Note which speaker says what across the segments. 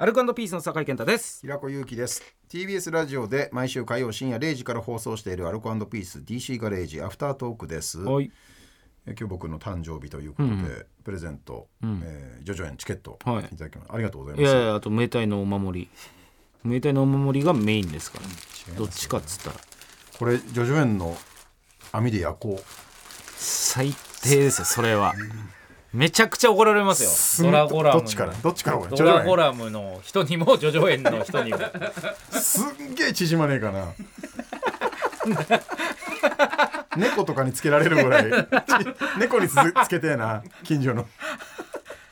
Speaker 1: アルコピースの酒井健太です
Speaker 2: 平子祐希です TBS ラジオで毎週火曜深夜0時から放送しているアルコピース DC ガレージアフタートークですえ
Speaker 1: い
Speaker 2: 今日僕の誕生日ということで、プレゼント、えー、ジョジョ園チケット
Speaker 1: はい
Speaker 2: いただきました、ありがとうござい
Speaker 1: い
Speaker 2: ます
Speaker 1: やいやあと明太のお守り明太のお守りがメインですから、どっちかっつったら
Speaker 2: これジョジョ園の網で焼こ
Speaker 1: 最低ですよそれはめちゃくちゃ怒られますよド
Speaker 2: う
Speaker 1: ラゴラム
Speaker 2: どっちからどっちから俺
Speaker 1: ドラゴラムの人にもジョジョ園の人にも
Speaker 2: すんげえ縮まねえ かな猫とかにつけられるぐらい ち猫につつけてえな近所の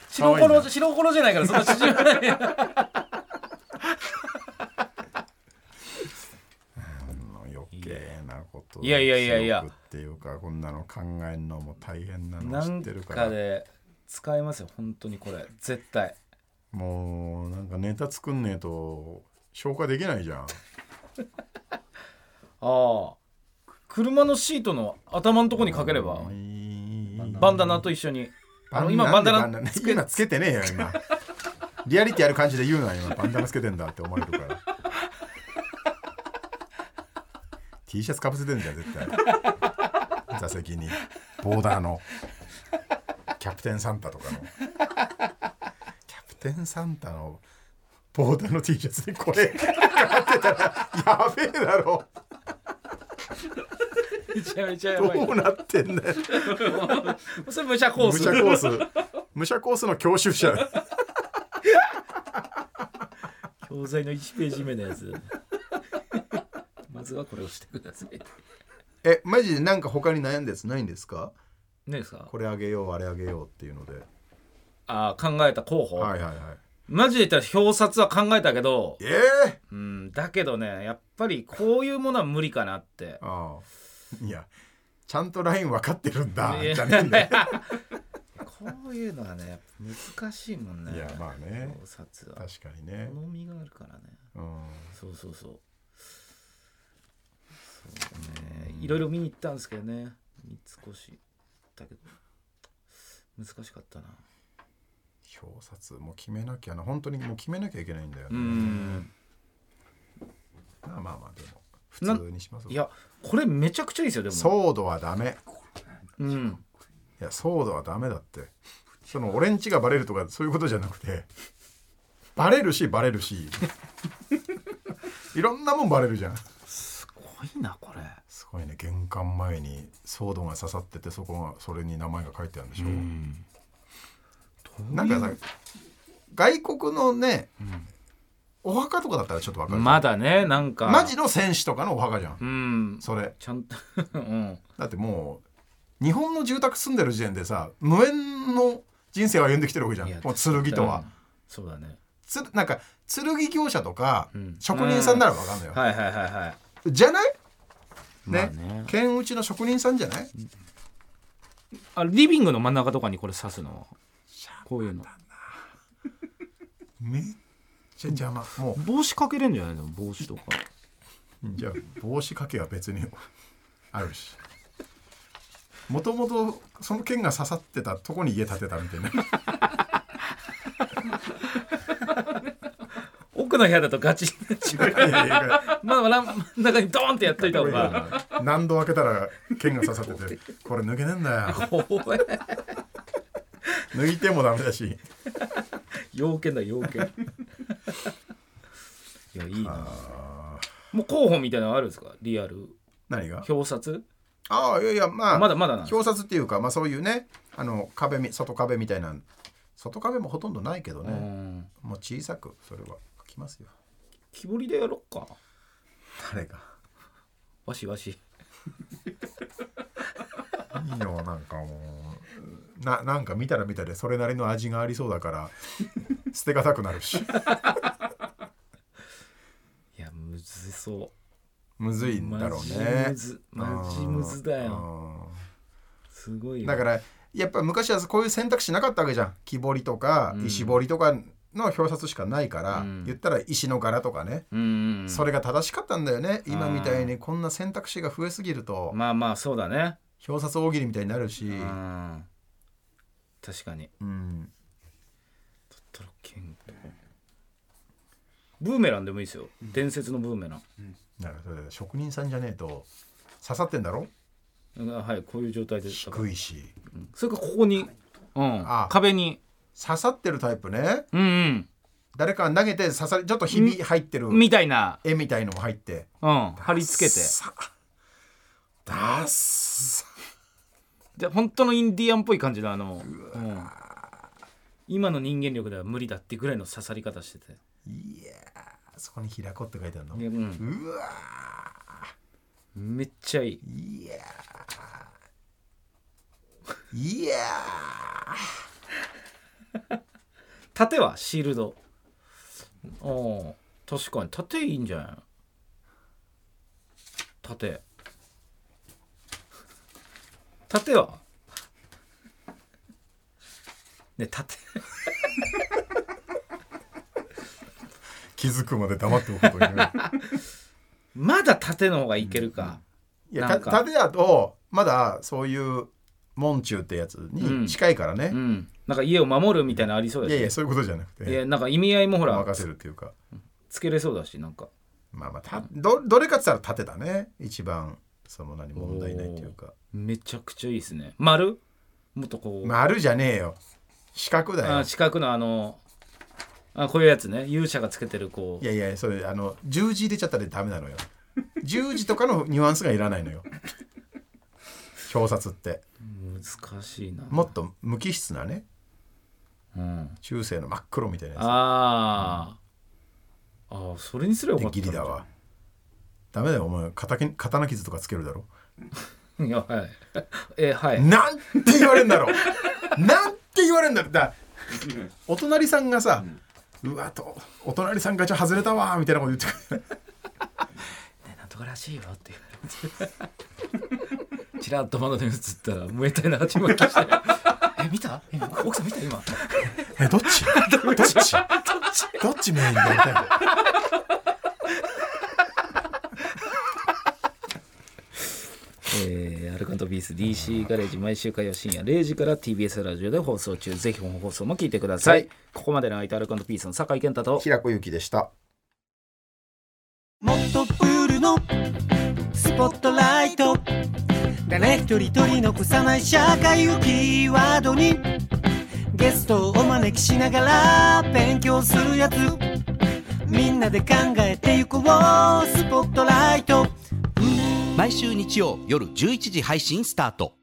Speaker 1: 白
Speaker 2: 可愛いな
Speaker 1: 黒白黒じゃないからそんな縮まない
Speaker 2: 余計なこと
Speaker 1: いやいやいやいや
Speaker 2: 記憶っていうかこんなの考えんのも大変なの
Speaker 1: な
Speaker 2: 知
Speaker 1: ん
Speaker 2: ってるから
Speaker 1: かで使えますよ本当にこれ絶対
Speaker 2: もうなんかネタ作んねえと消化できないじゃん
Speaker 1: ああ車のシートの頭のとこ にかければバンダナと一緒にあの今バンダナ
Speaker 2: つけなつけてねえよ 今リアリティある感じで言うな今バンダナつけてんだって思われるから T シャツかぶせてんじゃん絶対座席にボーダーのキャプテンサンタとかのキャプテンサンタのボーダーの T シャツでこれかってたらやべえだろ
Speaker 1: めちゃめちゃやばい
Speaker 2: どうなってんだよ
Speaker 1: それ武者コー
Speaker 2: 武
Speaker 1: ス
Speaker 2: 者コース武者コースの教習者
Speaker 1: 教材の1ページ目のや つまずはこれをしてください
Speaker 2: えマジでなんか他に悩んだやつないんですか
Speaker 1: 何ですか
Speaker 2: これあげようあれあげようっていうので
Speaker 1: ああ考えた候補、
Speaker 2: はいはいはい
Speaker 1: マジで言ったら表札は考えたけど
Speaker 2: ええ
Speaker 1: うんだけどねやっぱりこういうものは無理かなって
Speaker 2: ああいやちゃんとライン分かってるんだ
Speaker 1: いや
Speaker 2: じゃねえんだよ
Speaker 1: こういうのはねやっぱ難しいもんね
Speaker 2: いやまあね
Speaker 1: 表札は
Speaker 2: 確かにね
Speaker 1: 好、みがあるからね
Speaker 2: うん、
Speaker 1: そうそうそうそうねいろいろ見に行ったんですけどね三越だけど難しかったな
Speaker 2: 表札もう決めなきゃな本当にもう決めなきゃいけないんだよ
Speaker 1: う
Speaker 2: ね、
Speaker 1: ん
Speaker 2: まあまあまあでも普通にします
Speaker 1: いやこれめちゃくちゃいいですよでも
Speaker 2: ソードはダメ
Speaker 1: うん、
Speaker 2: いやソードはダメだってその俺んちがバレるとかそういうことじゃなくてバレるしバレる しいろんなもんバレるじゃん
Speaker 1: すごいなこれ
Speaker 2: すごいね玄関前にソードが刺さっててそこがそれに名前が書いてあるんでしょ、なんかさ外国のね、お墓とかだったらちょっとわかる、
Speaker 1: まだねなんか
Speaker 2: マジの戦士とかのお墓じゃん、
Speaker 1: うん
Speaker 2: それ
Speaker 1: ちゃんと うん
Speaker 2: だってもう日本の住宅住んでる時点でさ無縁の人生を歩んできてるわけじゃん
Speaker 1: いや
Speaker 2: もう剣とは、
Speaker 1: うんそうだね
Speaker 2: つなんか剣業者とか、
Speaker 1: ん
Speaker 2: 職人さんならわかんないよ、
Speaker 1: はいはいはいはい
Speaker 2: じゃない
Speaker 1: まあ
Speaker 2: ね,、
Speaker 1: ね
Speaker 2: 剣打ちの職人さんじゃない
Speaker 1: あリビングの真ん中とかにこれ刺すのこういうの
Speaker 2: めっちゃ邪魔もう
Speaker 1: 帽子かけれんじゃないの帽子とか
Speaker 2: じゃあ帽子かけは別に あるしもともとその剣が刺さってたとこに家建てたみ たいな
Speaker 1: 奥の部屋だとガチ
Speaker 2: いやいやいや
Speaker 1: まあ真ん中にドーンってやっといた方が
Speaker 2: 何度開けたら剣が刺さってて これ抜けねえんだよ
Speaker 1: 怖い
Speaker 2: 抜いてもダメだし
Speaker 1: 要件だ要件いやいいな
Speaker 2: あー
Speaker 1: もう候補みたいなのあるんですかリアル
Speaker 2: 何が
Speaker 1: 表札
Speaker 2: ああいやいやまあ
Speaker 1: まだまだなんです
Speaker 2: 表札っていうかまあそういうねあの壁み外壁みたいな外壁もほとんどないけど
Speaker 1: う
Speaker 2: ね
Speaker 1: ん
Speaker 2: もう小さくそれは書きますよ
Speaker 1: 木彫りでやろっか
Speaker 2: 誰が
Speaker 1: わしわし
Speaker 2: いいよなんかもうななんか見たら見たでそれなりの味がありそうだ から捨てがたくなるし
Speaker 1: いやむずそ。
Speaker 2: むずいうん
Speaker 1: マ
Speaker 2: だろう
Speaker 1: ジ
Speaker 2: ね
Speaker 1: むずマジむずだよ。すごい
Speaker 2: うん
Speaker 1: よ。
Speaker 2: だからやっぱ昔はこういう選択肢なかったわけじゃん木彫りとか
Speaker 1: うん
Speaker 2: 石彫りとかの表札しかないから、
Speaker 1: うん
Speaker 2: 言ったら石の柄とかね、
Speaker 1: うんうんうん
Speaker 2: それが正しかったんだよね今
Speaker 1: あー
Speaker 2: みたいにこんな選択肢が増えすぎると
Speaker 1: まあまあそうだね。
Speaker 2: 表札大喜利みたいになるし、
Speaker 1: うん。確かに。
Speaker 2: うん、
Speaker 1: トロケンとブーメランでもいいですよ、伝説のブーメラン、
Speaker 2: だからそれ職人さんじゃねえと刺さってんだろ
Speaker 1: うんはいこういう状態で
Speaker 2: 低いし
Speaker 1: それからここに、うん
Speaker 2: あ、
Speaker 1: 壁に
Speaker 2: 刺さってるタイプね
Speaker 1: うん
Speaker 2: 誰かが投げて刺さりちょっとひび入ってる
Speaker 1: うんみたいな、
Speaker 2: 絵みたいのも入って
Speaker 1: うん、貼り付けて
Speaker 2: さダッサ
Speaker 1: で本当のインディアンっぽい感じのあの、うん今の人間力では無理だってぐらいの刺さり方してて、
Speaker 2: いやーそこに平子って書いてあるの
Speaker 1: でうん、
Speaker 2: うわ
Speaker 1: めっちゃいい
Speaker 2: ーいやーいや
Speaker 1: 縦はシールドああ確かに縦いいんじゃない縦縦はね縦
Speaker 2: ー気づくまで黙ってお くことにね
Speaker 1: まだ縦の方がいけるか、
Speaker 2: いや
Speaker 1: な
Speaker 2: た
Speaker 1: んか
Speaker 2: 食べやとまだそういう門中ってやつに近いからね、
Speaker 1: うんなんか家を守るみたいなのありそう
Speaker 2: いやい
Speaker 1: で
Speaker 2: や
Speaker 1: す
Speaker 2: そういうことじゃなく
Speaker 1: いや
Speaker 2: て
Speaker 1: なんか意味合いもほら
Speaker 2: 任せるっていうか
Speaker 1: つけれそうだしなんか
Speaker 2: まあまあたどどれかって言ったら縦だね一番その何問題ないっていうか
Speaker 1: めちゃくちゃいいですね丸もっとこう、
Speaker 2: 丸じゃねえよ四角だ
Speaker 1: あ
Speaker 2: よ
Speaker 1: 四角のあのあこういうやつね勇者がつけてるこ
Speaker 2: いやいやそれあの十字入れちゃったらダメなのよ十字とかのニュアンスがいらないのよ表札って
Speaker 1: う難しいな、
Speaker 2: もっと無機質なね
Speaker 1: うん、
Speaker 2: 中世の真っ黒みたいなや
Speaker 1: あー、あーそれにすれば
Speaker 2: つ
Speaker 1: よか
Speaker 2: で
Speaker 1: った
Speaker 2: ギリだわダメだよお前刀剣刀傷とかつけるだろ
Speaker 1: いやはいえはい
Speaker 2: なんて言われんだろうなんて言われんだろうだお隣さんがさ、うわとお隣さんガチャ外れたわみたいなこと言ってくる
Speaker 1: なんとからしいよって ちらっと窓に映ったらムエタイの始まりして「 え見たえ奥さん見た今
Speaker 2: えどっちどっちどっちメインだみたいな
Speaker 1: えーアルカントビース DC ガレージ毎週火曜深夜0時から TBS ラジオで放送中ぜひ本放送も聞いてください、
Speaker 2: はい
Speaker 1: ここまでの相手アルカントビースの酒井健太と
Speaker 2: 平子ゆきでした
Speaker 3: もっとプールのスポットライト誰一人取り残さない社会をキーワードにゲストをお招きしながら勉強するやつみんなで考えてゆこうスポットライト
Speaker 4: 毎週日曜夜11時配信スタート